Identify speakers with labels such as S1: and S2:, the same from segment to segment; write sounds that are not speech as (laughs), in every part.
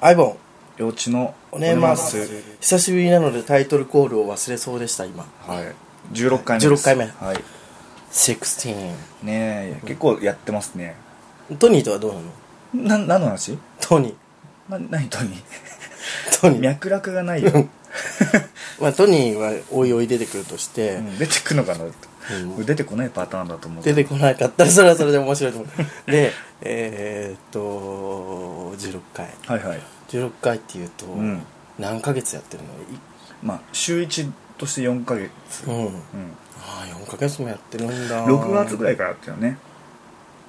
S1: アイボン
S2: 幼稚の
S1: おねます久しぶりなのでタイトルコールを忘れそうでした今
S2: はい16回目です
S1: 16回目
S2: はい
S1: 16
S2: ねえ結構やってますね
S1: トニーとはどうなの
S2: な何の話
S1: トニー
S2: な何と (laughs) に
S1: トニー、
S2: 脈絡がないよ、
S1: まあ、トニーはおいおい出てくるとして、
S2: うん出てくのかな
S1: うん
S2: 出てこないパターンだと思う
S1: 出てこなかったらそれはそれで面白いと思う
S2: (laughs)
S1: でえー、っと16回
S2: はいはい
S1: 16回っていうと、
S2: うん
S1: 何ヶ月やってる
S2: まあ週1として4ヶ月、
S1: のいうん
S2: うん、
S1: ああ4ヶ月もやってるんだ
S2: 6月ぐら
S1: い
S2: いからだったよね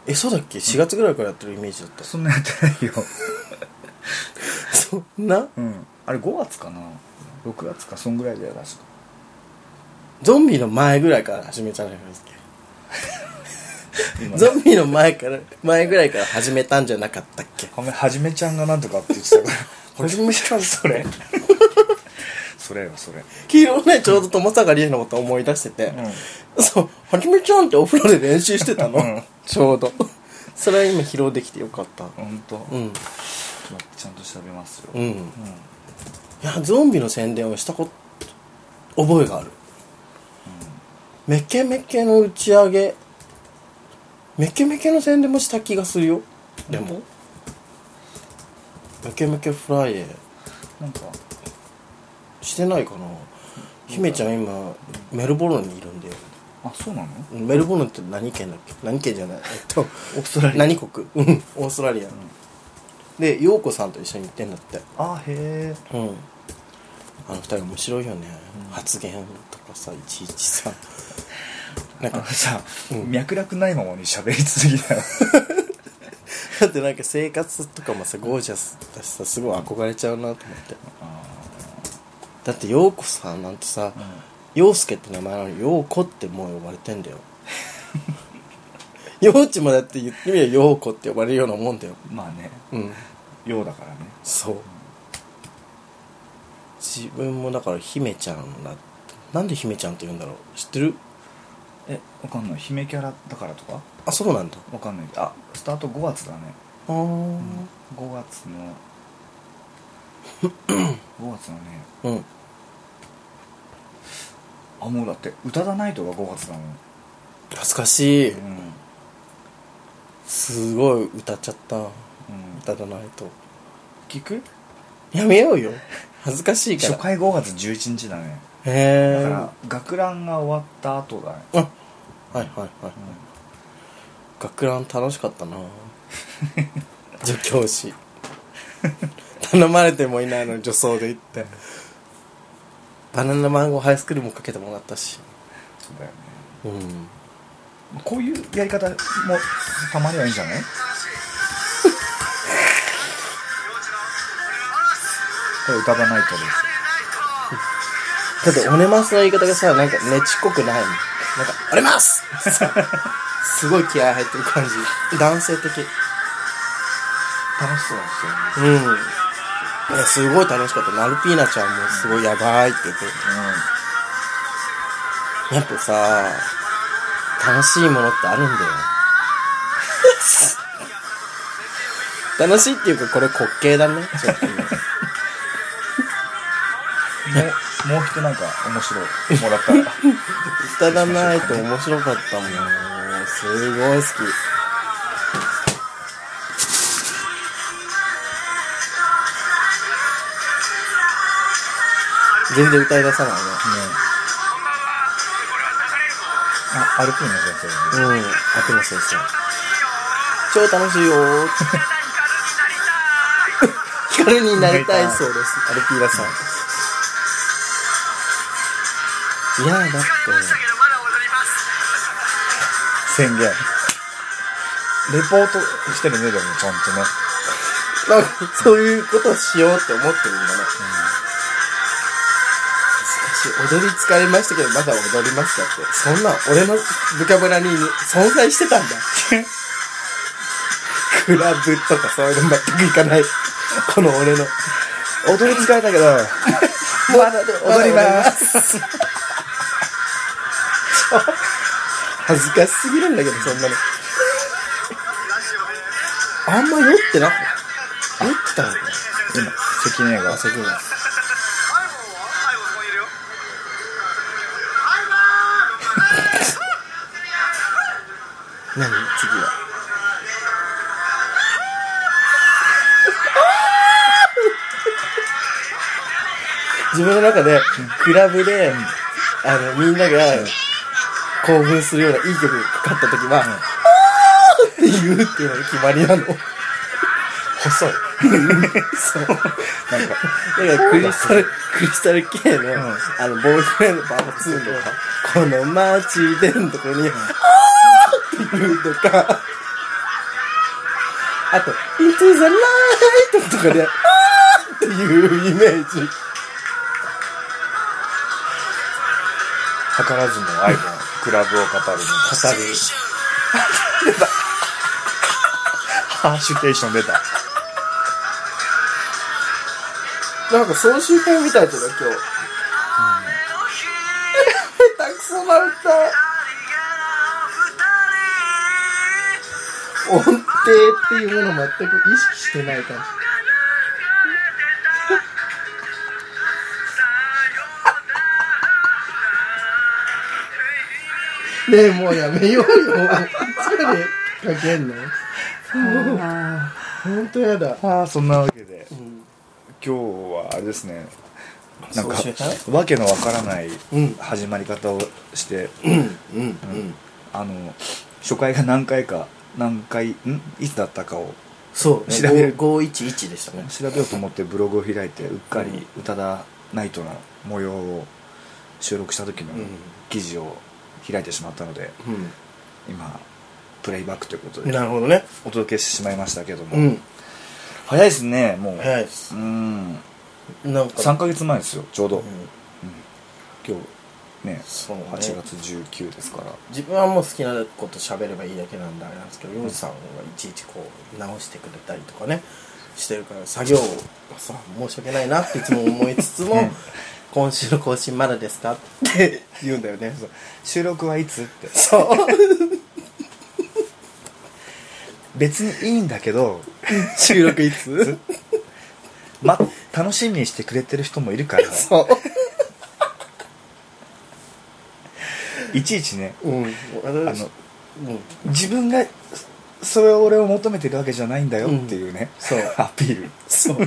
S1: えそうだっけ4月ぐらいからやってるイメージだ
S2: (laughs)
S1: った、
S2: そんなやってないよ、
S1: そんな
S2: うん、あれ5月かな6月かそんぐらいだよ確か
S1: ゾンビの前ぐらいから始めたんじゃないですか
S2: 今
S1: ゾンビの前から前ぐらいから始めたんじゃなかったっけ
S2: ごめんはじめちゃんがなんとかって言ってたから
S1: はじめちゃん
S2: それ (laughs) それよそれ
S1: 昨日ねちょうど友坂理恵のこと思い出してて、そう「はじめちゃん」ってお風呂で練習してたの、
S2: うん
S1: ちょうどそれは今披露できてよかった
S2: 本当、
S1: うん
S2: ちゃんと調べますよ、
S1: うん
S2: うん
S1: いやゾンビの宣伝をしたこと覚えがある、メケメケの打ち上げメケメケの宣伝もした気がするよでも、メケメケフライデー
S2: なんか
S1: してないかな姫ちゃん今メルボルンにいるんだよ
S2: あそうなの
S1: メルボルンって何県だっけ何県じゃないえっと
S2: オーストラリア
S1: 何国 (laughs) うんオーストラリア、で陽子さんと一緒に行ってんだって
S2: あへえ
S1: うんあの二人面白いよね、発言とかさいちいちさ (laughs) なん
S2: あ
S1: か
S2: のさ、
S1: うん
S2: 脈絡ないままに喋り続けたよ
S1: だってなんか生活とかもさゴージャスだしさすごい憧れちゃうなと思ってだって陽子さんなんてさ、陽介って名前なのに陽子ってもう呼ばれてんだよ (laughs) 陽ちもだって言ってみれば陽子って呼ばれるようなもんだよ
S2: まあね
S1: うん
S2: ようだからね
S1: そう自分もだから姫ちゃんななんで姫ちゃんって言うんだろう知ってる
S2: えわかんない姫キャラだからとか
S1: あそうなんだ
S2: わかんないけどあスタート5月だね
S1: ああうん、
S2: 5月
S1: (coughs)
S2: の5月のね
S1: うん、
S2: あもうだって「宇多田ナイト」が5月だもん、
S1: 懐かしい、
S2: うん
S1: すごい歌っちゃった
S2: うん、
S1: 歌だないと
S2: 聞く
S1: やめようよ恥ずかしいから
S2: 初回5月11日だねだ
S1: へえ
S2: から学ランが終わった後だね、
S1: あはいはいはい、学ラン楽しかった (laughs) な助教師頼まれてもいないのに女装で行ってバナナマンゴーハイスクールもかけてもらったし
S2: そうだよね
S1: うん
S2: こういうやり方もたまにはいいんじゃない (laughs) これ宇多田ナイトです
S1: だってオネマスの言い方がさなんかねちっこくないのなんか「オネマス! 」 (laughs) すごい気合入ってる感じ男性的
S2: 楽しそうですよね
S1: うんいやすごい楽しかったナルピーナちゃんもすごいやばいって言ってやっぱさ、楽しいものってあるんだよ。楽しいっていうか、これ滑稽だね。ちょっとね
S2: うんもうもう一なんか面白いもらったら
S1: 歌だないと面白かったもん。すごい好き。全然歌い出さないね。
S2: ねあ、アルピーの先生だね。
S1: うん、秋元先生。超楽しいよー。ヒカルになりたいそうです。アルピーラさん。いやー、だって、
S2: 宣言。レポートしてるね、でもちゃんとね。
S1: なんか、そういうことをしようって思ってるんだね。しかし、踊り疲れましたけど、まだ踊りますだって。そんな、俺のブカブラに存在してたんだ。 (laughs) クラブとかそういうの全くいかない。この俺の。
S2: 踊り疲れたけど、
S1: まだ。
S2: 踊ります
S1: (laughs) 恥ずかしすぎるんだけど、そんなの。あんま酔ってな、酔ってたのかな
S2: 今関根が
S1: あそこだ何次は自分の中でクラブで、あのみんなが興奮するようないい曲がかかった時は「おー!」って言うっていうのが決まりなの
S2: 細い
S1: そう
S2: なんか
S1: だからクリスタル、クリスタル系の、あの、ボーイフレンドパート2とか、この街でのところに、あーって言うとか、あと、Into the Light とかで、あーっていうイメージ。
S2: 図らずも愛のクラブを語るの
S1: 語る。
S2: ハーシュテーション (laughs) 出た
S1: なんか、総集編みたいだな、今日。下手くそな歌。音程っていうものを全く意識してない感じ。ねえもうやめようよいつまでかけんのもうほんとやだ
S2: ああそんなわけで
S1: うん
S2: 今日はあれですねなんか
S1: そうしよ
S2: わけのわからない
S1: うん
S2: 始まり方をして、
S1: うんうん
S2: あの初回が何回か何回んいつだったかを
S1: そう
S2: 調べる
S1: 511でしたね
S2: 調べようと思ってブログを開いてうっか
S1: うん
S2: り宇多田ナイトの模様を収録した時の
S1: うん
S2: 記事を開いてしまったので今プレイバックということ
S1: うん
S2: で
S1: なるほどね
S2: お届けしてしまいましたけども、
S1: うん
S2: 早いですねもう
S1: 早いです
S2: うん
S1: なんか
S2: 3ヶ月前ですよちょうど、
S1: うん
S2: 今日ね
S1: そうね
S2: 8月19ですから
S1: 自分はもう好きなこと喋ればいいだけなんであれなんですけどヨウさんはいちいちこう直してくれたりとかねしてるから作業がさ申し訳ないなっていつも思いつつも
S2: うん
S1: 「今週の更新まだですか?」って言うんだよね
S2: 収録はいつって
S1: そう
S2: 別にいいんだけど
S1: (laughs) 収録いつ
S2: (laughs) ま、楽しみにしてくれてる人もいるから
S1: (laughs) そう。
S2: いちいちね
S1: うん。あの、
S2: あの
S1: うん。
S2: 自分がそれを俺を求めてるわけじゃないんだよっていうね、
S1: そう
S2: アピール
S1: そう。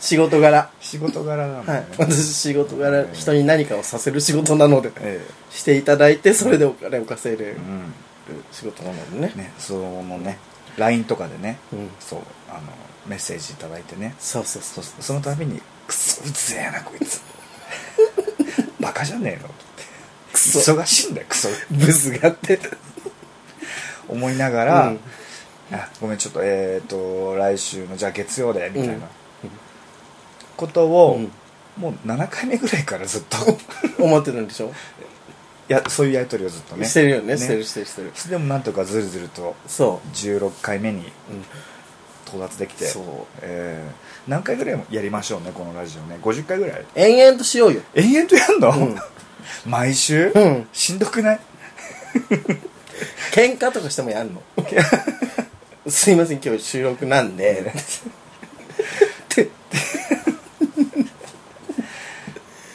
S1: 仕事柄。
S2: 仕事柄なん
S1: は
S2: だ
S1: い
S2: よね、。
S1: 私仕事柄、人に何かをさせる仕事なので、
S2: え
S1: していただいて、それでお金を稼いで
S2: え
S1: る
S2: うん
S1: 仕事なのでね。
S2: ねそのね LINE とかでね、
S1: うん
S2: そうあのメッセージいただいてね
S1: そうそうそ。
S2: そうその度に「クソうつやなこいつ (laughs) バカじゃねえの」
S1: クソ。
S2: 忙しいんだよクソ
S1: ブスがあって。
S2: 思いながら、
S1: うん
S2: あごめんちょっとえっ、と来週のじゃあ月曜でみたいな、
S1: うん
S2: ことを、
S1: うん
S2: もう7回目ぐらいからずっと (laughs)
S1: 思ってるんでしょ
S2: いやそういうやり取りをずっとね
S1: してるよね。してるしてるしてる。
S2: でもなんとかずるずると
S1: そ
S2: 16回目に
S1: う。うん。
S2: 到達できて
S1: そう
S2: えー何回ぐらいもやりましょうねこのラジオね50回ぐらい
S1: 延々としようよ。
S2: 延々とやんの、 (laughs) 毎週、
S1: うん
S2: しんどくない
S1: 喧嘩とかしてもやん
S2: (laughs)
S1: のすいません今日収録なんでって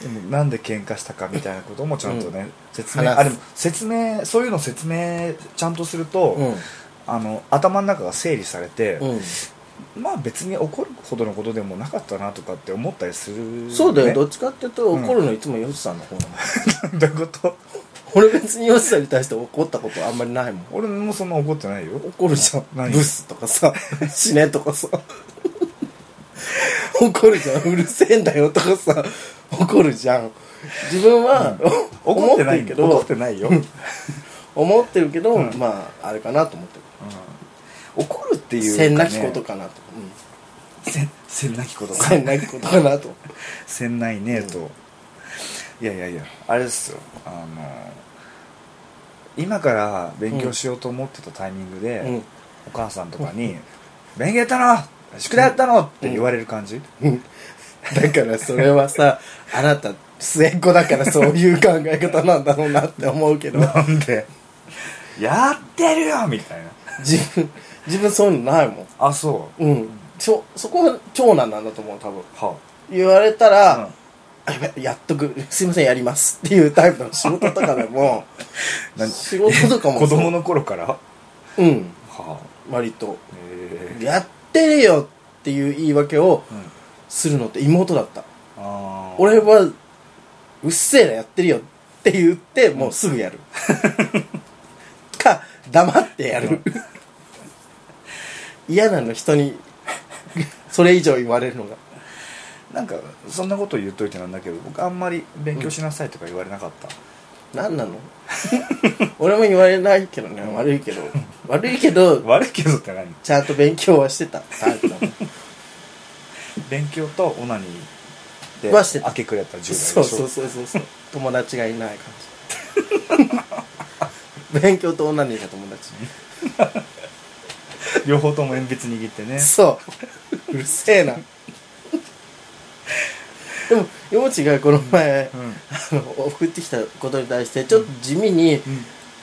S2: でもなんで喧嘩したかみたいなこともちゃんとね、説明
S1: 話す
S2: あでも説明そういうの説明ちゃんとすると、
S1: うん
S2: あの頭の中が整理されて、
S1: うん
S2: まあ別に怒るほどのことでもなかったなとかって思ったりする、
S1: そうだよ、
S2: (laughs) ね
S1: どっちかっていうと怒るのいつもヨシさんの方なの、
S2: どういうこと
S1: 俺別にヨシさんに対して怒ったことあんまりないもん
S2: 俺もそんな怒ってないよ
S1: 怒るじゃん
S2: 何
S1: ブスとかさ死ねとかさ怒るじゃんうるせえんだよとかさ怒るじゃん自分は、
S2: 怒ってな
S1: 思
S2: い
S1: るけ
S2: け
S1: ど
S2: ど怒ってないよ、うん
S1: 思ってるけど、
S2: うん
S1: まああれかなと思って
S2: 怒るって
S1: る
S2: いう
S1: せんなきことかなと、
S2: せんせんなきこと
S1: うん、
S2: か
S1: せんなきことかなと
S2: せんないねえと、いやいやいやあれですよあの今から勉強しようと思ってたタイミングで、
S1: うん
S2: お母さんとかに「勉強やったの宿題やったの!」って言われる感じ、
S1: だからそれはさあなた末っ子だからそういう考え方なんだろうなって思うけど
S2: なんで「やってるよ!」みたいな
S1: 自分自分そういうのないもん
S2: あそ
S1: うんそそこは長男なんだと思う多分
S2: は
S1: 言われたら、
S2: うん
S1: あやべやっとくすいませんやりますっていうタイプの仕事とかで (laughs) も
S2: 何
S1: 仕事とかも
S2: 子供の頃からは
S1: うん
S2: あ
S1: 割と
S2: ええ
S1: やってれよっていう言い訳を
S2: うん
S1: するのって妹だった
S2: あー
S1: 俺はうっせえなやってるよって言ってもうすぐやる、か黙ってやる嫌なの人にそれ以上言われるのが
S2: なんかそんなこと言っといてなんだけど僕あんまり勉強しなさいとか言われなかった、
S1: 何なの俺も言われないけどね悪いけど悪いけど
S2: 悪いけどって何
S1: ちゃんと勉強はしてたタイプだもん
S2: 勉強とオナニーで
S1: はしてた
S2: 明け暮れた10代でし
S1: そ
S2: ょ
S1: うそうそうそうそう友達がいない感じ勉強と女にいた友達
S2: 両方とも鉛筆握って
S1: (laughs)
S2: ね
S1: そううるせえなでもよもちがこの前、
S2: うんうん
S1: あの送ってきたことに対してちょっと地味に、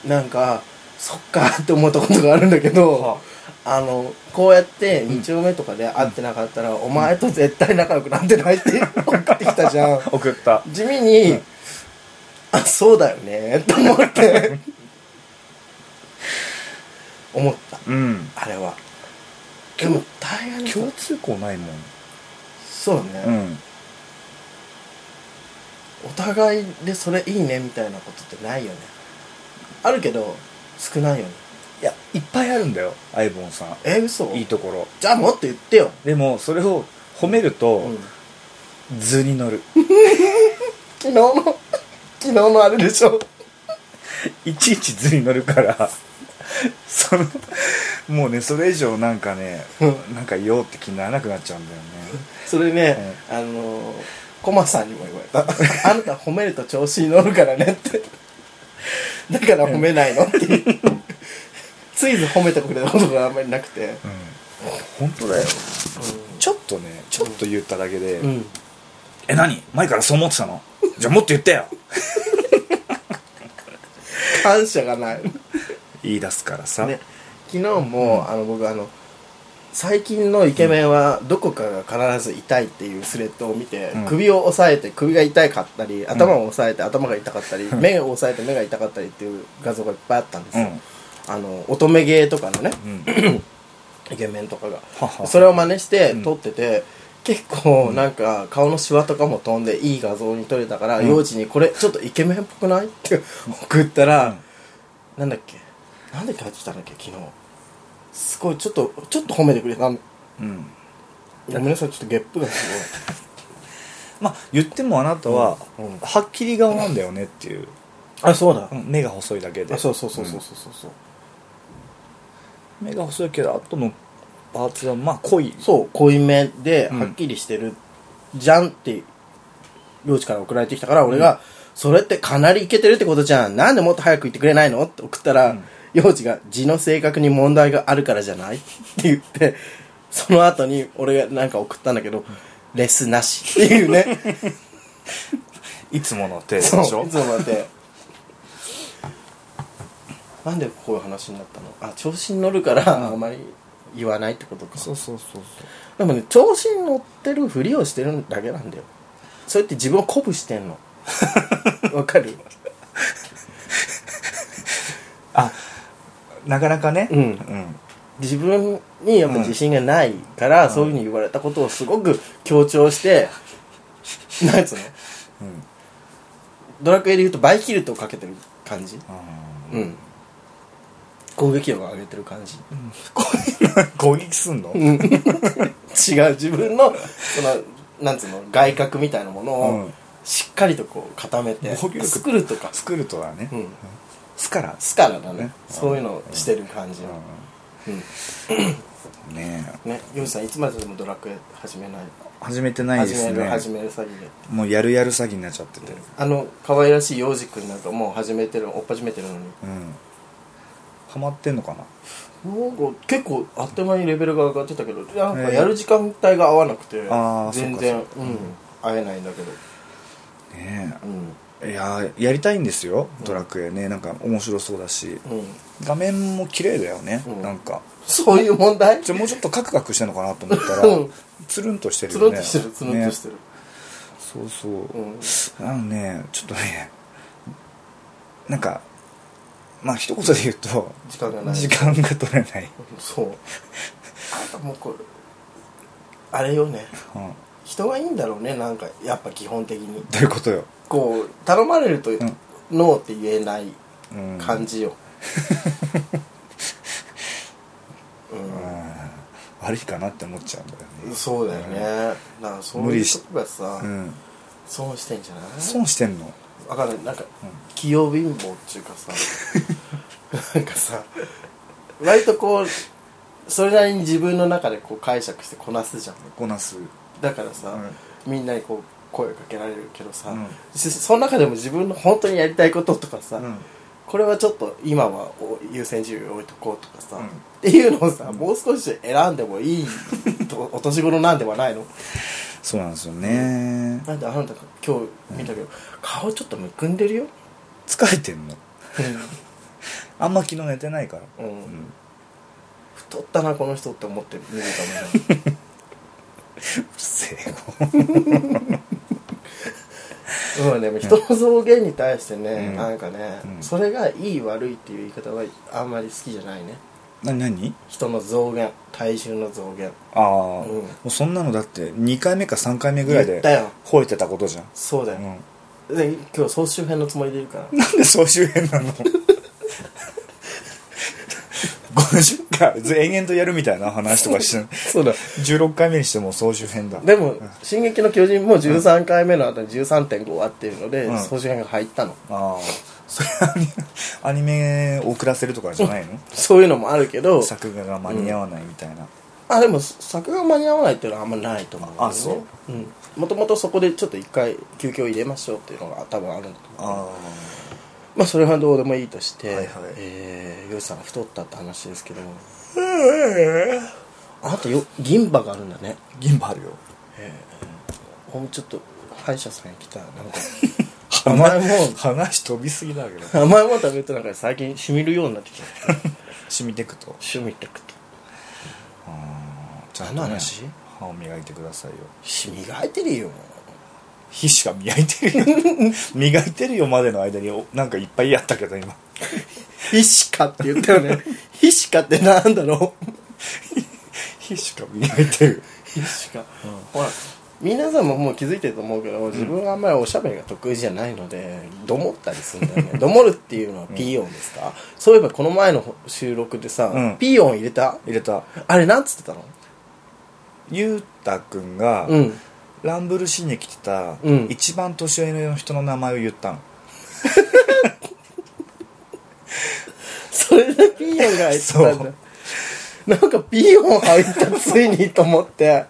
S1: なんかそっかって思ったことがあるんだけど
S2: は、
S1: あのこうやって2丁目とかで会ってなかったら、お前と絶対仲良くなってないって (laughs) 送ってきたじゃん
S2: 送った
S1: 地味に、あそうだよねと思って (laughs) 思った
S2: うん
S1: あれはでも大変
S2: 共通項ないもん
S1: そうね、
S2: うん
S1: お互いでそれいいねみたいなことってないよねあるけど少ないよね
S2: いやいっぱいあるんだよアイボンさん
S1: え嘘
S2: いいところ
S1: じゃあもっと言ってよ、
S2: でもそれを褒めると、
S1: うん
S2: 図に乗る
S1: 昨日の (laughs) 昨日のあれでしょ
S2: いちいち図に乗るからそのもうねそれ以上なんかね
S1: う
S2: なんか言おうって気にならなくなっちゃうんだよね
S1: それね、あのー、コマさんにも言われた「あなた褒めると調子に乗るからね」ってだから褒めないのって (laughs) いうついず褒めてくれたことがあんまりなくて
S2: うん本当だよちょっとねちょっと言っただけで
S1: う
S2: 「
S1: ん、うん、
S2: え何前からそう思ってたのじゃあもっと言ってよ」
S1: 感謝がない
S2: 言い出すからさ、
S1: ね、昨日も、あの僕あの最近のイケメンはどこかが必ず痛いっていうスレッドを見て、
S2: うん
S1: 首を押さえて首が痛かったり頭を押さえて頭が痛かったり、目を押さえて目が痛かったりっていう画像がいっぱいあったんです
S2: う
S1: よ、
S2: ん
S1: あの乙女芸とかのね
S2: うん
S1: イケメンとかが
S2: はは
S1: それを真似して
S2: うん
S1: 撮ってて、結構なんか顔のシワとかも飛んでいい画像に撮れたから、幼児に「これちょっとイケメンっぽくない?」って送ったら、なんだっけなんで帰ってきたんだっけ昨日すごいちょっとちょっと褒めてくれたの
S2: うん
S1: ごめんなさいちょっとゲップがす
S2: まあ言ってもあなたは、
S1: うんうん
S2: はっきり顔なんだよねっていう、
S1: ごいあそうだ
S2: うん目が細いだけで
S1: あそうそうそうそう
S2: う
S1: そうそうそう、
S2: ん目が細いけど後のパーツはまあ濃い
S1: そう濃いめで
S2: うん
S1: はっきりしてるじゃんって領地から送られてきたから俺が、それってかなりいけてるってことじゃんなんでもっと早く言ってくれないのって送ったら、
S2: うん
S1: 幼児が字の性格に問題があるからじゃないって言ってその後に俺がなんか送ったんだけど、レスなしっていうね
S2: いつもの程度でし
S1: そう
S2: ょ
S1: いつもだってなんでこういう話になったのあ調子に乗るからあまり言わないってことか
S2: そうそうそうそう
S1: でもね調子に乗ってるふりをしてるだけなんだよそうやって自分を鼓舞してん
S2: (laughs)
S1: のわかる
S2: あなかなかね
S1: うん
S2: うん
S1: 自分にやっぱ自信がないから、そういうふうに言われたことをすごく強調して、なんつうの
S2: うん
S1: ドラクエで言うとバイキルトをかけてる感じ
S2: あ
S1: うん攻撃力を上げてる感じ
S2: ー攻撃すんの、
S1: うん違う自分のそのなんつうの外角みたいなもの
S2: う
S1: を
S2: ん
S1: しっかりとこう固めて、
S2: 防御力
S1: 作るとか、
S2: 作るとはね、
S1: うん、
S2: スカラ
S1: スカラだね
S2: ね
S1: そういうのをしてる感じの、
S2: うんねえ
S1: ねヨウジさんいつまででもドラクエ始めない
S2: 始めてない
S1: 始
S2: です
S1: める
S2: ね
S1: 始める詐欺で
S2: もうやるやる詐欺になっちゃってて
S1: あの可愛らしいヨウジ君なんかもう始めてる追っ始めてるのに
S2: うんハマってんのかな
S1: なんか結構あっという間にレベルが上がってたけどなんかやる時間帯が合わなくて、
S2: あー
S1: 全
S2: そうか
S1: 然
S2: そう
S1: うん、会えないんだけど
S2: ね
S1: う
S2: え
S1: ん
S2: いやーやりたいんですよドラクエねなんか面白そうだし
S1: うん、
S2: 画面も綺麗だよね、
S1: うん
S2: なんか
S1: そういう問題
S2: じゃあもうちょっとカクカクしてるのかなと思ったら、
S1: うん
S2: つるんとしてる
S1: つ
S2: よ
S1: るん
S2: ね
S1: としてるつるんとして
S2: ね
S1: る、
S2: そうそう、
S1: うん
S2: あのねちょっとねなんかまあ一言で言うと
S1: 時間がない
S2: 時間が取れない、
S1: そうあともうこれあれよね
S2: うん、
S1: 人がいいんだろうねなんかやっぱ基本的に
S2: どういうことよ、
S1: こう頼まれると、
S2: ん
S1: ノーって言えない
S2: うん、
S1: 感
S2: (laughs)
S1: じよ、うん
S2: うん悪いかなって思っちゃうんだよね
S1: そうだよね、だからそう
S2: 無
S1: い
S2: 理
S1: う
S2: し
S1: とこがさ、
S2: うん
S1: 損してんじゃない
S2: 損してんの
S1: わかんないなんか、器用貧乏っていうかさ (laughs) なんかさ割とこうそれなりに自分の中でこう解釈してこなすじゃん
S2: こなす
S1: だからさ、みんなにこう声をかけられるけどさ、
S2: うん
S1: しその中でも自分の本当にやりたいこととかさ、
S2: うん
S1: これはちょっと今はお優先順位置いとこうとかさ、
S2: うん
S1: っていうのをさ、もう少し選んでもいい
S2: (laughs)
S1: とお年頃なんではないの
S2: そうなんですよね
S1: なんであなた今日見たけど、顔ちょっとむくんでるよ
S2: 疲れてんのあんま昨日寝てないから
S1: (laughs) うん、
S2: うん
S1: 太ったなこの人って思って見るかもね
S2: うるせえよ (laughs)
S1: うんでも人の増減に対してね、
S2: うん
S1: なんかね、
S2: うん
S1: それがいい悪いっていう言い方はあんまり好きじゃないね
S2: (laughs) な何
S1: 人の増減体重の増減
S2: あ
S1: う
S2: あ、
S1: ん
S2: もうそんなのだって2回目か3回目ぐらい
S1: 言
S2: で
S1: ったよ
S2: 吠えてたことじゃん、
S1: そうだよ、
S2: うん
S1: で今日総集編のつもりでいるから
S2: なん (laughs) で総集編なの (laughs) 50回ず延々とやるみたいな話とかして
S1: (laughs) そうだ
S2: 16回目にしてもう総集編だ
S1: でも「進撃の巨人」も13回目の後に13.5話っていうので、
S2: うん
S1: 総集編が入ったの
S2: ああそれはアニメを遅らせるとかじゃないの
S1: そういうのもあるけど
S2: 作画が間に合わないみたいな、
S1: あでも作画間に合わないっていうのはあんまないと思う、、
S2: あそ
S1: う
S2: う
S1: ん、もともとそこでちょっと一回休憩を入れましょうっていうのが多分あるんだと思う
S2: あ
S1: まあそれはどうでもいいとして、
S2: はいはい
S1: えー、ヨシさんが太ったって話ですけど
S2: あええ
S1: あとよ銀歯があるんだね
S2: 銀歯あるよ
S1: ほんちょっと歯医者さんに来たなんか
S2: (laughs) 話
S1: 前も
S2: 話飛びすぎだけど
S1: 甘いもの食べてなんか最近しみるようになってきた
S2: 染みてくと
S1: 趣味ってくと
S2: あーち
S1: 何の話
S2: 歯を磨いてくださいよ
S1: し磨いてるよ
S2: 皮脂が磨いてる
S1: (laughs)
S2: よ磨いてるよまでの間におなんかいっぱいやったけど今
S1: ひしかって言ったよ (laughs) ねひしかってなんだろう
S2: 皮脂が磨いてる
S1: ひしか、ほら皆さんももう気づいてると思うけど自分はあんまりおしゃべりが得意じゃないのでどもったりするんだよね (laughs) どもるっていうのはピー音ですか、そういえばこの前の収録でさ、
S2: うん
S1: ピー音入れた
S2: 入れた
S1: あれなんつってたの
S2: ゆうたくんが、
S1: うん
S2: ランブルしに来てた、
S1: うん
S2: 一番年上の人の名前を言ったの
S1: それでピー音が入ったん
S2: そ
S1: だ
S2: う
S1: なんかピー音入ったついにと思って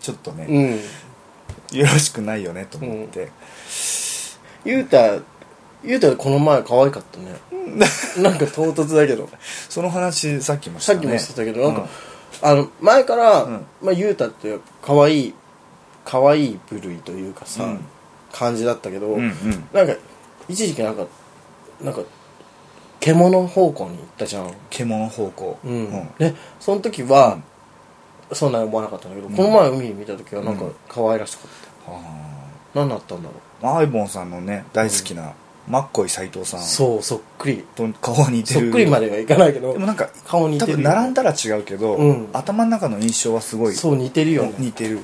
S2: ちょっとね、
S1: うん
S2: よろしくないよねと思って、
S1: ゆうたゆうたこの前可愛かったねなんか唐突だけ
S2: (laughs)
S1: ど
S2: その話さっきもした
S1: さっ
S2: ね
S1: きもしてたけどなん
S2: うん
S1: か、あの前から、
S2: うん
S1: まあ、ゆうたって可愛い可愛い部類というかさ、
S2: うん
S1: 感じだったけど、
S2: うんうん
S1: なんか一時期なんかなんか獣方向に行ったじゃん、
S2: 獣方向
S1: うん
S2: うん
S1: でその時は、そんなに思わなかったんだけど、この前海見た時はなんか
S2: うん
S1: 可愛らしかった、
S2: あ
S1: 何だったんだろ
S2: ーアイボンさんのね大好きな、マッコイ斎藤さ
S1: う、
S2: ん
S1: そうそっくり
S2: と顔似て
S1: そ
S2: る
S1: っくりまではいかないけど
S2: でもなんか
S1: 顔似
S2: 多
S1: てるよ
S2: 分
S1: ね
S2: 並んだら違うけど、
S1: うん
S2: 頭の中の印象はすごい
S1: そう似てるよね
S2: 似てる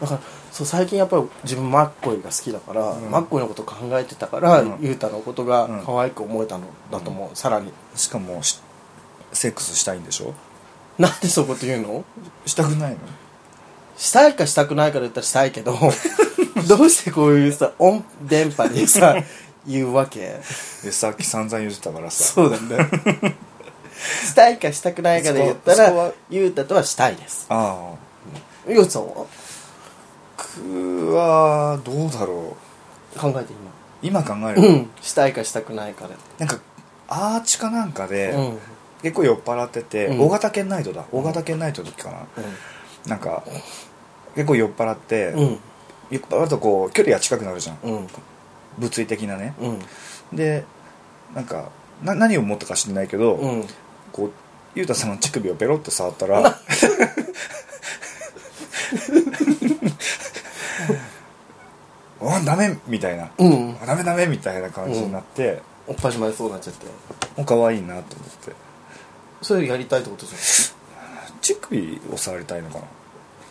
S1: だからそう最近やっぱり自分マッコイが好きだから、
S2: うん
S1: マッコイのこと考えてたから、
S2: うん
S1: ゆうたのことが
S2: うん
S1: 可愛く思えたのだと思う、さらに
S2: しかもしセックスしたいんでしょ
S1: なんでそこって言うの
S2: したくないの
S1: したいかしたくないかで言ったらしたい
S2: (laughs)
S1: けどどうしてこういうさ音電波で
S2: (laughs)
S1: さ言うわけ
S2: でさっき散々言ってたからさ
S1: そうなんだしたいかしたくないかで言った
S2: そこは
S1: らゆうたとはしたいです
S2: (laughs) ああ
S1: ゆうたさんは考
S2: 僕はどうだろう
S1: えて
S2: 今考
S1: 今
S2: えると、
S1: うんしたいかしたくないかで、
S2: なんかアーチかなんかで、
S1: うんうん
S2: 結構酔っ払ってて、
S1: うん
S2: 大型犬ナイトだ大型犬ナイトの時かな、なんか結構酔っ払って、
S1: うん
S2: いっぱいあるとこう距離が近くなるじゃん
S1: うん
S2: 物理的なね
S1: うん
S2: でなんかな何を思ったか知んないけど、
S1: うん
S2: こうゆうたさんの乳首をペロって触ったら (laughs) あダメみたいな、
S1: うん
S2: あダメダメみたいな感じになって、
S1: おっぱいしまでそうなっちゃって
S2: もう可愛いなと思って
S1: それやりたいってことじゃ
S2: 乳首を触りたいのかなん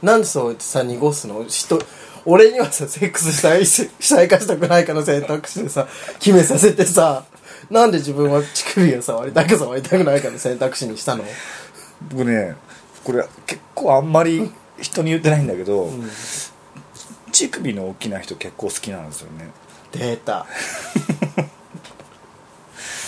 S1: なんでそうやってさ濁すの人俺にはさセックスしたいししたいかしたくないかの選択肢でさ決めさせてさなんで自分は乳首を触りたいか触りたくないかの選択肢にしたの
S2: 僕ねこれ結構あんまり人に言ってないんだけど、
S1: うん
S2: 乳首の大きな人結構好きなんですよね
S1: 出た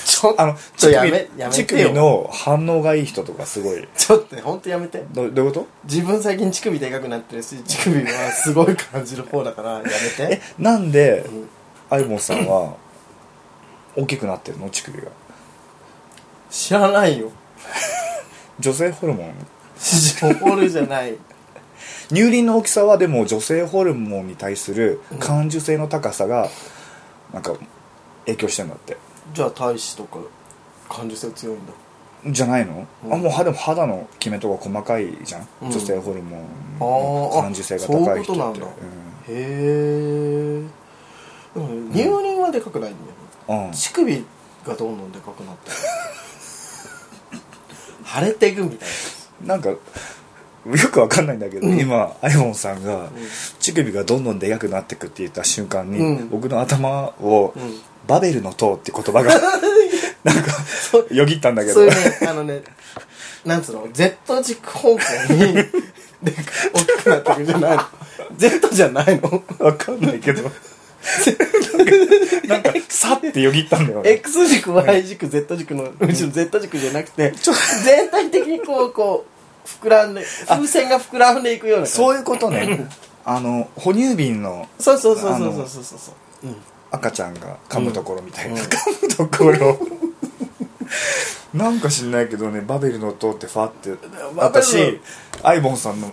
S1: ちょっ
S2: あの
S1: と
S2: 乳
S1: や
S2: 首
S1: めやめ
S2: 乳
S1: て
S2: 首
S1: よ
S2: の反応がいい人とかすごい
S1: ちょっとほんとやめて
S2: どどういうこと
S1: 自分最近乳首でかくなってるし乳首はすごい感じる方だからやめ
S2: え
S1: て
S2: なんで
S1: うん
S2: あいもんさんは大きくなってるの乳首が
S1: 知らないよ
S2: 女性ホルモン
S1: 市場ホールじゃない
S2: 乳輪の大きさはでも女性ホルモンに対する感受性の高さがなんか影響してんだって
S1: じゃあ大使とか感受性強いんだ
S2: じゃないの、
S1: うん
S2: あもう肌も肌のキメとか細かいじゃん、
S1: うん
S2: 女性ホルモン
S1: あー
S2: の
S1: あ
S2: 感受性が高い人って
S1: そういうことなんだへえ乳輪はでかくないんだよね
S2: うんうん
S1: 乳首がどんどんでかくなってる腫れていくみたい
S2: なんかよくわかんないんだけど、今あいもんさんが
S1: ん
S2: 乳首がどんどんでかくなってくって言った瞬間に、
S1: うん
S2: 僕の頭を、
S1: な、うん
S2: バベルの塔って言葉が
S1: (laughs)
S2: なんか
S1: そう
S2: よぎったんだけ
S1: そ
S2: ど
S1: ういうね、あのね、なんつうの、Z 軸方向に、で、大きくなっていくじゃないの。Z じゃないの。
S2: わかんないけど
S1: (laughs)
S2: なんかさってよぎったんだよね
S1: X 軸、Y 軸、Z 軸のうちの Z 軸じゃなくて、全体的にこう、こう、膨らんで、風船が膨らんでいくような感じ。
S2: そういうことねあの哺乳瓶の
S1: そうそうそうそうそうそうそうそう。
S2: 赤ちゃんが噛むところみたいな、噛むところなんか知んないけどねバベルの塔ってファって
S1: バベルの
S2: 私アイボンさんの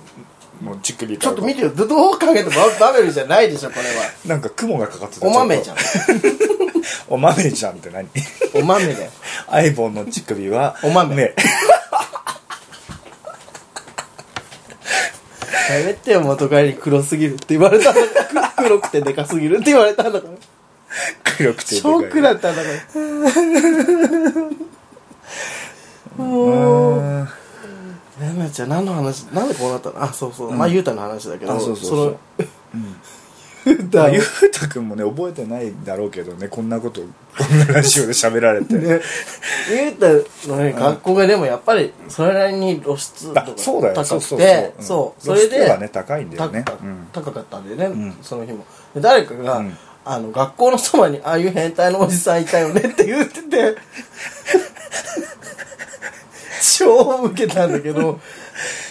S2: の乳首
S1: ち
S2: か
S1: ょ
S2: ら
S1: っと見てよ、どどう考えてもババベルじゃないでしょ、これは。
S2: なんか雲がかかって
S1: (laughs)
S2: た
S1: お豆じゃん
S2: ちょ。っとお豆じゃんって何
S1: お
S2: (laughs)
S1: 豆だよ。
S2: アイボンの乳首は
S1: お豆
S2: ね (laughs)
S1: やめてよ、元帰り黒すぎるって言われたんだから。く (laughs) 黒くてでかすぎるって言われたんだから。
S2: 黒くて
S1: シ
S2: でかい
S1: ョックだったんだ (laughs) から。もう。
S2: あ
S1: ななちゃん、何の話、なんでこうなったのあ、そうそう。まあ、ゆうたの話だけど、
S2: あそうそうそう
S1: その、ゆう
S2: ー
S1: た、
S2: ゆうたくんもね覚えてないだろうけどねこんなことこんなラジオで喋られて、
S1: ねゆうたのね、学校がでもやっぱり、それなりに露出度が
S2: あそうだよ
S1: 高
S2: そ
S1: く
S2: うそうそう
S1: て、
S2: うん
S1: そう、そ
S2: 露出
S1: れ
S2: 度
S1: で
S2: がね、高いんだよね
S1: 高か
S2: うん
S1: 高かったんでね、
S2: ん
S1: その日も。で誰かが、
S2: うん
S1: あの、学校のそばに、ああいう変態のおじさんいたよねって言ってて、 (laughs) 超受けたんだけど、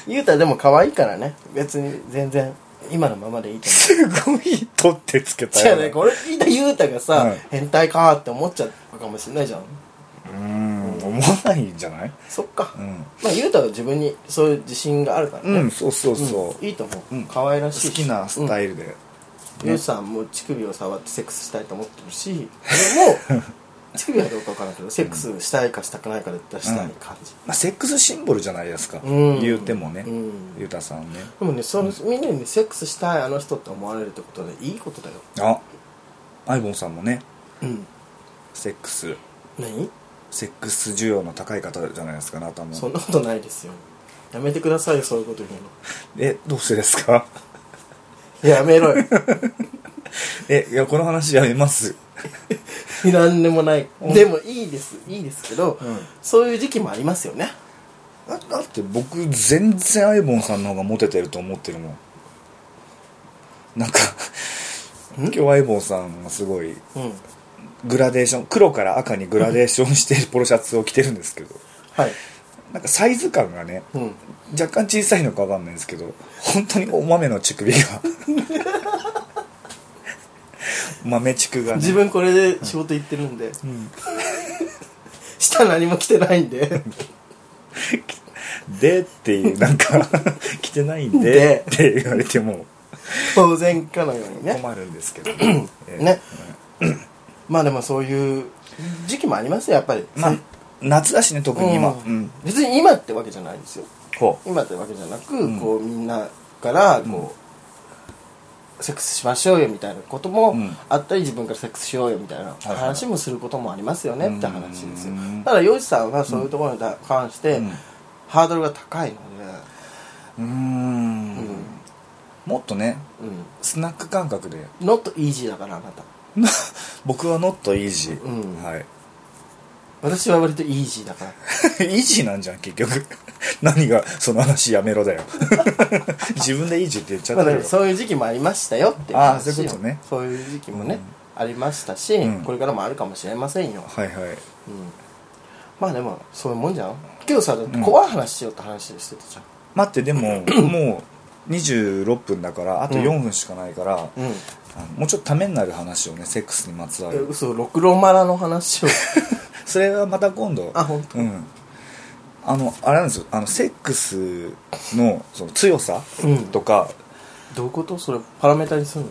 S1: ゆうたでも可愛いからね、別に全然、今のままでいいと思う。
S2: (laughs) すごい取ってつけた
S1: 違
S2: よ
S1: うね、これ聞いたゆうたがさ、
S2: うん
S1: 変態かーって思っちゃったかもしれないじゃん。
S2: うん思わないんじゃない
S1: そっか。
S2: うん、
S1: まあ、ゆうたは自分にそういう自信があるからね。
S2: うん、そうそうそう、
S1: いいと思う、
S2: うん
S1: 可愛らしい
S2: 好
S1: し
S2: きなスタイルで、
S1: うんゆうさんも乳首を触ってセックスしたいと思ってるし俺も乳首はどうかわからないけどセックスしたいかしたくないかで言ったらしたい感じ、
S2: まあ、セックスシンボルじゃないですか、
S1: うん
S2: 言うてもね、
S1: うん
S2: ゆうたさんね
S1: でもねそのみんなにねセックスしたいあの人って思われるってことでいいことだよ
S2: あアイボンさんもね
S1: うん
S2: セックス
S1: 何
S2: セックス需要の高い方じゃないですかあなたも
S1: そんなことないですよやめてくださいよそういうこと言うの
S2: えどうしてですか (laughs)
S1: やめろよ
S2: えいやこの話やめます
S1: 何でもないでもいいですいいですけど、
S2: うん
S1: そういう時期もありますよね
S2: だだって僕全然アイボンさんの方がモテてると思ってるもんなんか今日アイボンさんがすごい
S1: うん
S2: グラデーション黒から赤にグラデーションしてるポロシャツを着てるんですけど
S1: はい
S2: なんかサイズ感がね
S1: うん
S2: 若干小さいのかわかんないんですけど本当にお豆の乳首が (laughs) 豆乳首が
S1: 自
S2: ね
S1: 分これで仕事行ってるんで、下何も着てないんで
S2: でっていうなんか (laughs) 着てないんで
S1: で
S2: って言われても
S1: 当然かのようにね
S2: 困るん
S1: (clears throat)
S2: ですけどねええ
S1: ねまあでもそういう時期もありますよやっぱり、
S2: まあ
S1: せ
S2: 夏だしね特に今
S1: うん
S2: うん
S1: 別に今ってわけじゃないんですよ
S2: こう
S1: 今ってわけじゃなく、
S2: ん
S1: こうみんなからこう、
S2: うん
S1: セックスしましょうよみたいなことも
S2: うん
S1: あったり、自分からセックスしようよみたいない
S2: はい
S1: 話もすることもありますよねって話ですよ
S2: うん
S1: ただ洋治さんはそういうところに関して、
S2: うん
S1: ハードルが高いの
S2: う
S1: で
S2: ーんもっとね
S1: うん、うん
S2: スナック感覚で (laughs)
S1: ノットイージーだからあなた
S2: 僕はノットイージー、
S1: うん
S2: はい (laughs)
S1: 私は割とイージーだから
S2: イージーなんじゃん結局 (laughs) 何がその話やめろだよ (laughs) 自分でイージーって言っちゃ
S1: まあ
S2: って
S1: だから
S2: るよ
S1: そういう時期もありましたよってい
S2: ああ
S1: 話を
S2: そういうことね
S1: そういう時期もね、
S2: うん
S1: ありましたし、
S2: うん
S1: これからもあるかもしれませんよ、
S2: はいはい
S1: うん、まあでもそういうもんじゃん今日さだって怖い話しようって話してたじゃ
S2: 待って
S1: (clears throat)
S2: でももう26分だからあと
S1: うん
S2: 4分しかないから、
S1: ん、うん
S2: あのもうちょっとためになる話をねセックスにまつわ
S1: え
S2: る
S1: 嘘ろくろマラの
S2: (laughs)
S1: 話を
S2: それはまた今度
S1: あ本当
S2: うんあのあれなんですよあのセックスのその強さ
S1: うん
S2: とか、
S1: どういうことそれパラメータにするの、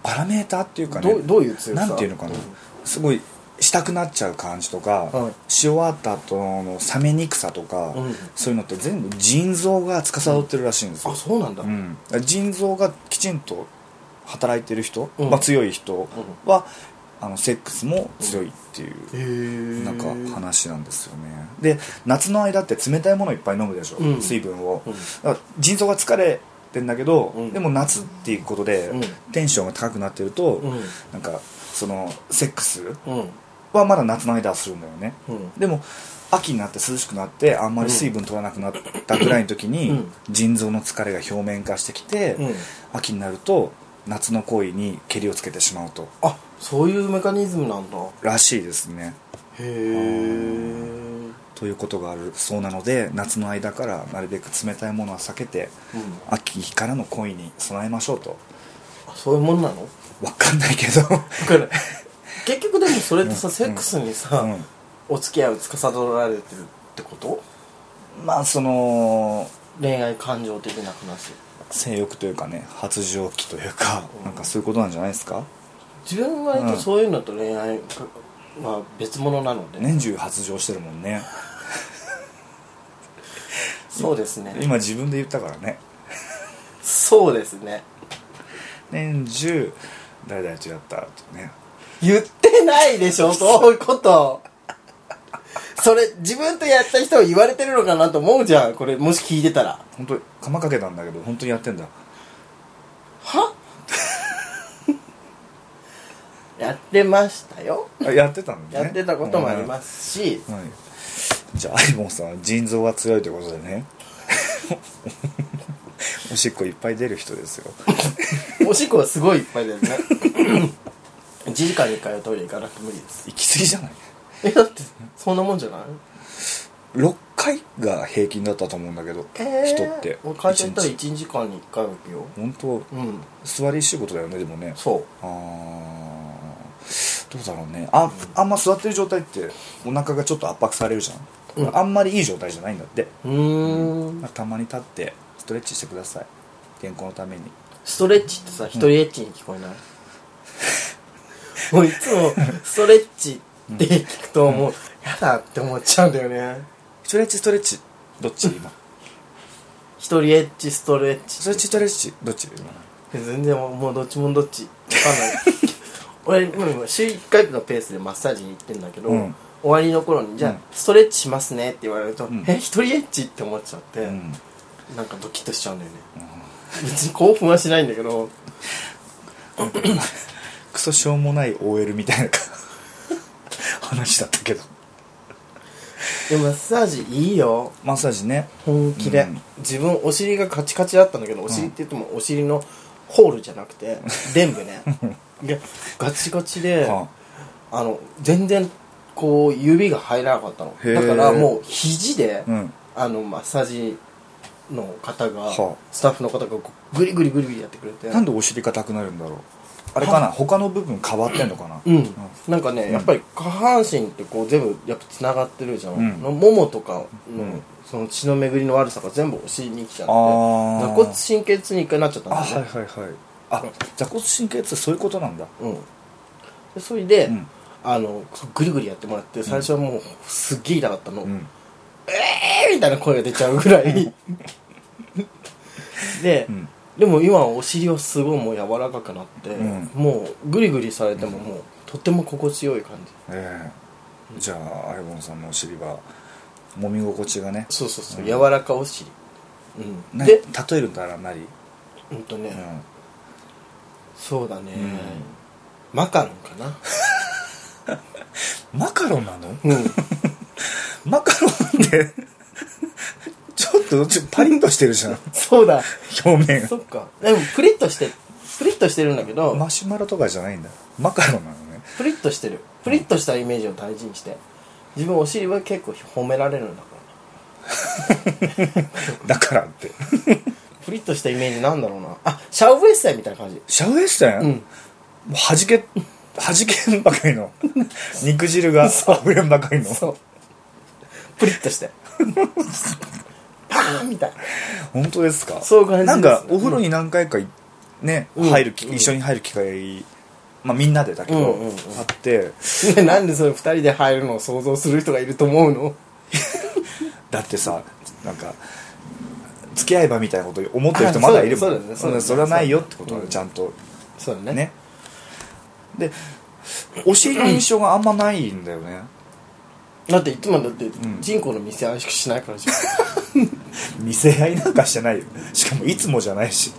S2: パラメーターっていうかね
S1: どうどういう強さ
S2: なんていうのかな、
S1: うん
S2: すごいしたくなっちゃう感じとか、
S1: はい
S2: し終わった後の冷めにくさとか、
S1: うん
S2: そういうのって全部腎臓が司ってるらしいんですよ
S1: あ、そうなんだ、
S2: うん、だから腎臓がきちんと働いてる人、
S1: うん
S2: まあ、強い人は、あのセックスも強いっていう、
S1: へえ
S2: なんか話なんですよねで夏の間って冷たいものいっぱい飲むでしょ、
S1: うん
S2: 水分を、
S1: うん
S2: だから腎臓が疲れてんだけど、
S1: うん
S2: でも夏っていうことで、
S1: うん
S2: テンションが高くなってると、
S1: うん
S2: なんかそのセックス
S1: うんうん
S2: はまだ夏の間はするんだよね、
S1: うん
S2: でも秋になって涼しくなってあんまり水分取らなくなったぐらいの時に、
S1: うん
S2: 腎臓の疲れが表面化してきて、秋になると夏の行為にけりをつけてしまうと
S1: あそういうメカニズムなんだ
S2: らしいですね
S1: へえ
S2: ということがあるそうなので夏の間からなるべく冷たいものは避けて
S1: うん
S2: 秋からの恋に備えましょうと
S1: あそういうもんなの
S2: わかんないけ
S1: (laughs)
S2: ど
S1: だから
S2: (laughs)
S1: 結局でもそれってさ、セックスにさ、
S2: うん
S1: お付き合いを司られてるってこと
S2: まあその
S1: 恋愛感情的な話
S2: 性欲というかね発情期というかなんかそういうことなんじゃないですか
S1: 自分は割とそういうのと恋愛は別物なので、
S2: 年中発情してるもんね
S1: そうですね
S2: 今自分で言ったからね
S1: そうですね
S2: 年中誰々とやったとね
S1: 言ってないでしょそういうことそれ自分とやった人は言われてるのかなと思うじゃんこれもし聞いてたら
S2: 本当に釜かけたんだけど本当にやってんだ
S1: はやってましたよ
S2: あやってたんだね
S1: やってたこともあり
S2: す
S1: ますし、
S2: はい、じゃあアイボンさんは腎臓が強いということでね (laughs) おしっこいっぱい出る人ですよ
S1: おしっこはすごいいっぱいだよね1時間に1回はトイレ行かなくて無理です
S2: 行き過ぎじゃない
S1: えだってそんなもんじゃない
S2: 6回が平均だったと思うんだけど、人って
S1: 俺会社行ったら
S2: 一日
S1: 1時間に1回は行くよ
S2: 本当
S1: うん
S2: 座り仕事だよねでもね
S1: そ
S2: あーどうだろうねああんま座ってる状態ってお腹がちょっと圧迫されるじゃ
S1: う
S2: ん、
S1: ん
S2: あんまりいい状態じゃないんだって、
S1: ううーん
S2: まあたまに立ってストレッチしてください健康のために
S1: ストレッチってさ一人エッチに聞こえない、もういつもストレッチって聞くともうやだって思っちゃうんだよね
S2: ストレッチストレッチどっち今
S1: 一人エッチストレッ
S2: ストレッ
S1: チ
S2: チストレッチどっち今
S1: 全然もうもうどっちもどっちわかんない俺もう週1回のペースでマッサージに行ってんだけど、
S2: うん
S1: 終わりの頃にじゃあ、
S2: うん
S1: ストレッチしますねって言われると、
S2: ん
S1: え一人エッチって思っちゃって、
S2: うん
S1: なんかドキッとしちゃうんだよね、別に興奮はしないんだけど
S2: クソしょうもない OL みたいな (laughs) か話だったけど
S1: でもマッサージいいよ
S2: マッサージね
S1: 本気で、
S2: うん
S1: 自分お尻がカチカチだったんだけどお尻って言ってもお尻のホールじゃなくて全部
S2: (laughs)
S1: ねでガチガチで、
S2: は
S1: あの全然こう指が入らなかったの
S2: へー
S1: だからもう肘で、
S2: うん
S1: あのマッサージの方が、
S2: はあ
S1: スタッフの方がこうグリグリグリグリやってくれて
S2: なんでお尻硬くなるんだろうあれかな他の部分変わってんのかな
S1: うん、
S2: うん
S1: なんかね、やっぱり下半身ってこう全部やっぱつながってるじゃん、
S2: うん
S1: のももとかの,、
S2: うん
S1: その血の巡りの悪さが全全部お尻に来ちゃって
S2: あー
S1: 座骨神経痛に一回なっちゃったん
S2: あ
S1: だよ
S2: はい
S1: ね
S2: はいはいあ座骨神経痛そういうことなんだ
S1: うんでそれで、
S2: うん
S1: あのぐりぐりやってもらって最初はもうすっげえ痛かったの、
S2: うん
S1: えーみたいな声が出ちゃうぐらいで、
S2: うん
S1: でも今はお尻はすごいもう柔らかくなって、
S2: うん
S1: もうグリグリされてももうとても心地よい感じ
S2: ええじゃあアイボンさんのお尻は揉み心地がね
S1: そうそうそう、
S2: うん
S1: 柔らかお尻、うん、
S2: な
S1: で
S2: 例えるならなり
S1: うんとね、
S2: うん
S1: そうだね、
S2: ん
S1: マカロンかな
S2: マカロンなの (laughs)
S1: うん
S2: マカロンって (laughs) ちょっとちょパリッとしてるじゃん
S1: そうだ
S2: 表面
S1: そっかでもプリッとしてプリッとしてるんだけど、
S2: マシュマロとかじゃないんだマカロンなのね
S1: プリッとしてるプリッとしたイメージを大事にして自分お尻は結構褒められるんだから
S2: だからって
S1: プリッとしたイメージなんだろうなあシャウエッセンみたいな感じ
S2: シャウエッセン、
S1: うん
S2: もうはじけはじけんばかりの肉
S1: (laughs)
S2: 汁が溢れんばかりの
S1: そうプリッとしてパーンみたいな
S2: 本当ですか
S1: そういう感じです
S2: なんかお風呂に何回かいね、
S1: うん
S2: 入るき
S1: うん
S2: 一緒に入る機会、まあ、みんなでだけど、
S1: うんうんうん
S2: あって
S1: ね (laughs) なんでそれ二人で入るのを想像する人がいると思うの
S2: だってさなんか付き合えばみたいなこと思ってる人まだいるもん
S1: あそうだねそうだねそうだね
S2: それはないよってことは
S1: うん
S2: ちゃんと
S1: そうだね
S2: ね,、でお尻の印象があんまないんだよね
S1: だっていつもだって
S2: ん
S1: 人口の見せ合いしかしないからじゃん
S2: 見せ合いなんかしてないよしかもいつもじゃないし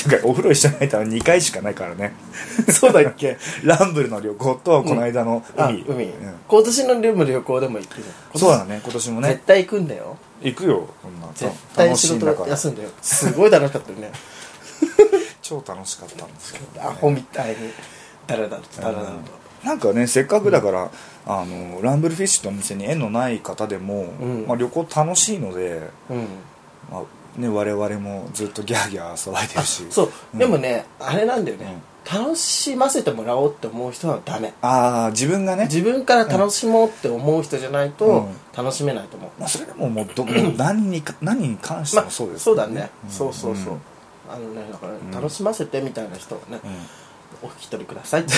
S2: っていうかお風呂一緒に入ったの2回しかないからね (laughs)
S1: そうだっけ
S2: ランブルの旅行とこの間の
S1: あ
S2: 海、
S1: 海、
S2: うん
S1: 今年のでも旅行でも行くじゃん
S2: そうだね今年も
S1: 今年
S2: ね
S1: 絶対行くんだよ
S2: 行くよこんな
S1: 絶
S2: 楽
S1: 対
S2: しい
S1: 仕
S2: んだ
S1: 事
S2: から
S1: 休んだよすごい楽しかった
S2: (laughs)
S1: よね
S2: 超楽しかったんですけど
S1: アホみたいにダラダラダラダラと
S2: なんかねせっかくだから、あのランブルフィッシュとお店に縁のない方でも、
S1: うん
S2: まあ、旅行楽しいので、
S1: うん
S2: まあね、我々もずっとギャーギャー騒いでるし
S1: そう、
S2: うん
S1: でもねあれなんだよね、楽しませてもらおうって思う人はダメ
S2: ああ自分がね
S1: 自分から楽しもうって思う人じゃないと
S2: うん
S1: 楽しめないと思う、
S2: まあ、それでももうどもう何にか何に関して
S1: まあ
S2: もそうです
S1: そうだね、
S2: ん
S1: そうそうそう、あのねだから、楽しませてみたいな人はね、
S2: うんうん
S1: お引き取りくださいって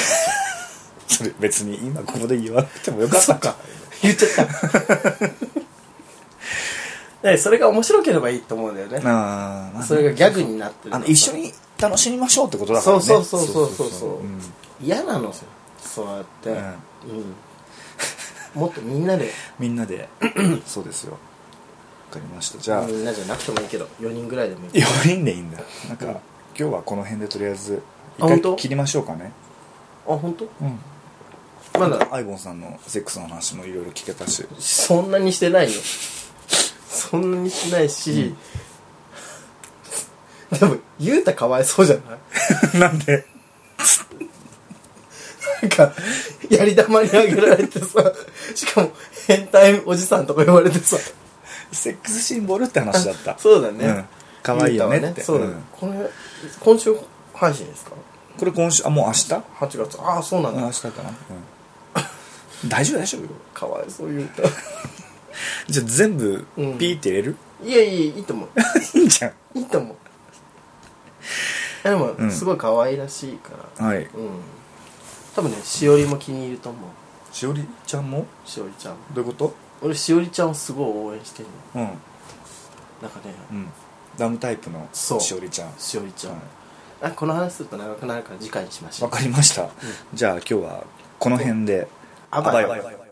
S2: それ別に今ここで言わなくてもよかった
S1: そっか言っち (laughs) ゃったでそれが面白ければいいと思うんだよね
S2: あー、まあね
S1: それがギャグになってる
S2: あの一緒に楽しみましょうってことだから
S1: そう
S2: ね
S1: そうそうそうそうそう
S2: うん
S1: 嫌なのさそうやって、うんもっとみんなで
S2: みん
S1: (clears throat)
S2: なでそうですよわかりましたじゃあ
S1: みんなじゃなくてもいいけど4人ぐらいでもいい
S2: 4人でいいんだなんか今日はこの辺でとりあえず
S1: あ
S2: 一
S1: 本当
S2: 回切りましょうかね
S1: あ本
S2: うん
S1: 当？まだ
S2: アイボンさんのセックスの話もいろいろ聞けたし
S1: そんなにしてないよそんなにしてないし、でもゆうたかわいそうじゃない
S2: (laughs) なんで
S1: なんかやり玉にあげられてさしかも変態おじさんとか言われてさ
S2: セックスシンボルって話だった
S1: そうだ
S2: うん
S1: ね、
S2: 可愛いよね
S1: ゆうたは
S2: って
S1: そうだね、
S2: うん
S1: これ今週配信ですか
S2: これ今週あもう明日
S1: 8月ああそうなんだ、
S2: 明日かな、うん、大丈夫大丈夫よ
S1: かわいそう言うた
S2: じゃあ全部
S1: うん
S2: ピーって入れる、
S1: いやいやいいと思う
S2: いいじゃん
S1: いいと思うでも、
S2: うん
S1: すごい可愛らしいから
S2: はい
S1: うん多分ねしおりも気に入ると思う
S2: しおりちゃんも
S1: しおりちゃん
S2: どういうこと
S1: 俺しおりちゃんをすごい応援してるの
S2: うん
S1: なんかね、
S2: うんダムタイプの
S1: そう
S2: しおりちゃん
S1: しおりちゃん、
S2: はい
S1: あこの話すると長くなるから次回にしましょ
S2: わ
S1: う
S2: かりました、じゃあ今日はこの辺で
S1: あばよ
S2: あばよ